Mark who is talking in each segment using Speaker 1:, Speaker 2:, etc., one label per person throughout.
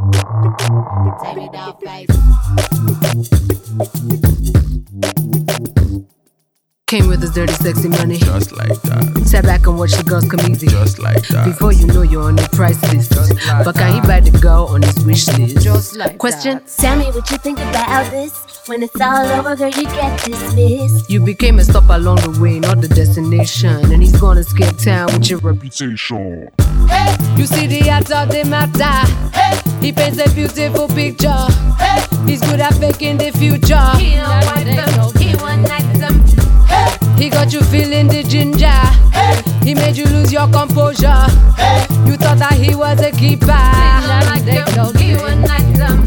Speaker 1: Take it down, face. Came with his dirty, sexy money.
Speaker 2: Just like that.
Speaker 1: Sat back and watched the girls come easy.
Speaker 2: Just like that.
Speaker 1: Before you know you're on the price list.
Speaker 2: like
Speaker 1: but can he buy the girl on his wish list?
Speaker 3: Just like
Speaker 1: Question
Speaker 4: Tell me what you think about this. When it's all over, girl, you get dismissed.
Speaker 1: You became a stop along the way, not the destination. And he's gonna skip town with your reputation. Hey, you see the art of the matter. Hey, he paints a beautiful picture. Hey, he's good at faking the future.
Speaker 5: He don't wipe them, he one night them.
Speaker 1: He got you feeling the ginger. He made you lose your composure. You thought that he was a keeper.
Speaker 5: Like them, he one night them.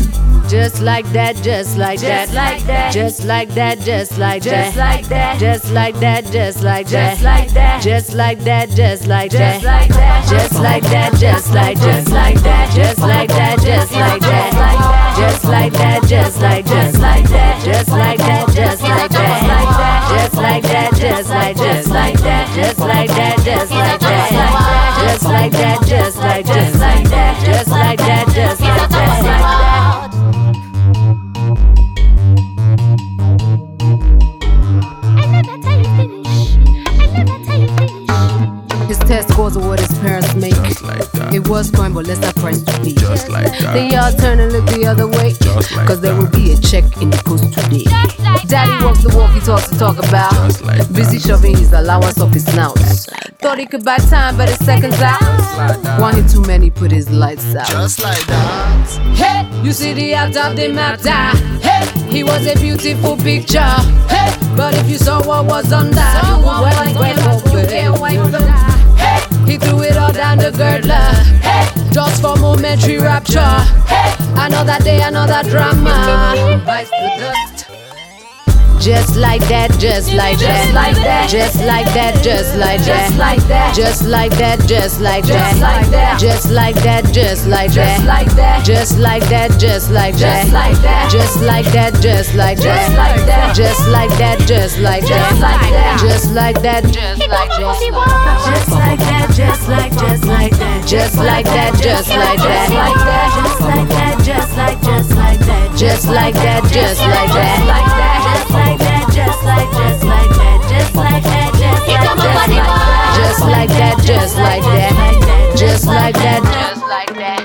Speaker 1: Just like that, just like
Speaker 5: Just
Speaker 1: that.
Speaker 5: like that.
Speaker 1: Just like that, just like
Speaker 5: Just
Speaker 1: that.
Speaker 5: like that.
Speaker 1: Just like that, just like
Speaker 5: Just
Speaker 1: that.
Speaker 5: like that.
Speaker 1: Just like that, just like that.
Speaker 5: Just like that.
Speaker 1: Just like that, just like just like that, just like that, just like that, just like that, just like just like that, just like that, just like that, just like that, just like just like that, just like that, just like that, just like that, just like just like that, just like that, just like that.
Speaker 4: I love that how you finish. I love that how you finish.
Speaker 1: His test scores are what his parents make.
Speaker 2: Just like
Speaker 1: It
Speaker 2: that.
Speaker 1: was fine, but let's not price to be.
Speaker 2: Just like
Speaker 1: They
Speaker 2: that.
Speaker 1: all turn and look the other way.
Speaker 2: Just like
Speaker 1: Cause there
Speaker 2: that.
Speaker 1: will be a check in the post today. Daddy walks the walk he talks to talk about.
Speaker 2: Just like
Speaker 1: Busy
Speaker 2: that.
Speaker 1: shoving his allowance up his snout. Thought he could buy time, but his seconds out. One hit too many, put his lights out.
Speaker 6: Just like that.
Speaker 1: Hey, you see the out of the matter. Hey, he was a beautiful picture. Hey, but if you saw what was under, you were well, well, well, Hey, he threw it all down the girdler. Hey, just for momentary rapture. Hey, another day, another drama. Bites the dust. Just like that, just like that, like that, just like that, just like that, just like that, just like that, just like that, just like that, just like that, just like that, just like that, just like that, just like that, just like that, just like that, just like that, just
Speaker 4: He
Speaker 1: like that.
Speaker 4: got a movie wall.
Speaker 1: Just like that, just like, just like that, just like that, just like that, just like that, just like that, just like that, just like that, just like that, just
Speaker 4: He got my body wall.
Speaker 1: like that, just like that, just like that, just like that.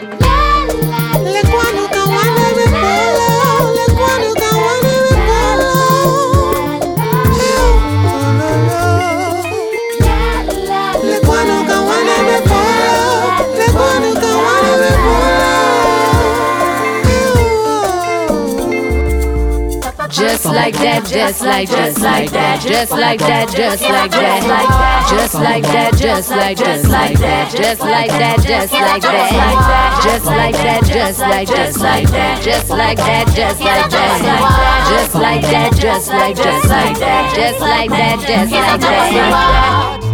Speaker 4: Le guano caguano de pelo, le guano caguano de pelo. Le guano caguano de pelo, le guano caguano de pelo.
Speaker 1: Just like that, just like, just like that, just like that, just like that, just like that, just like, just like that, just like that, just like that, just like that, just like, just like that, just like that, just like that, just like that, just like, just like that, just like that, just like that.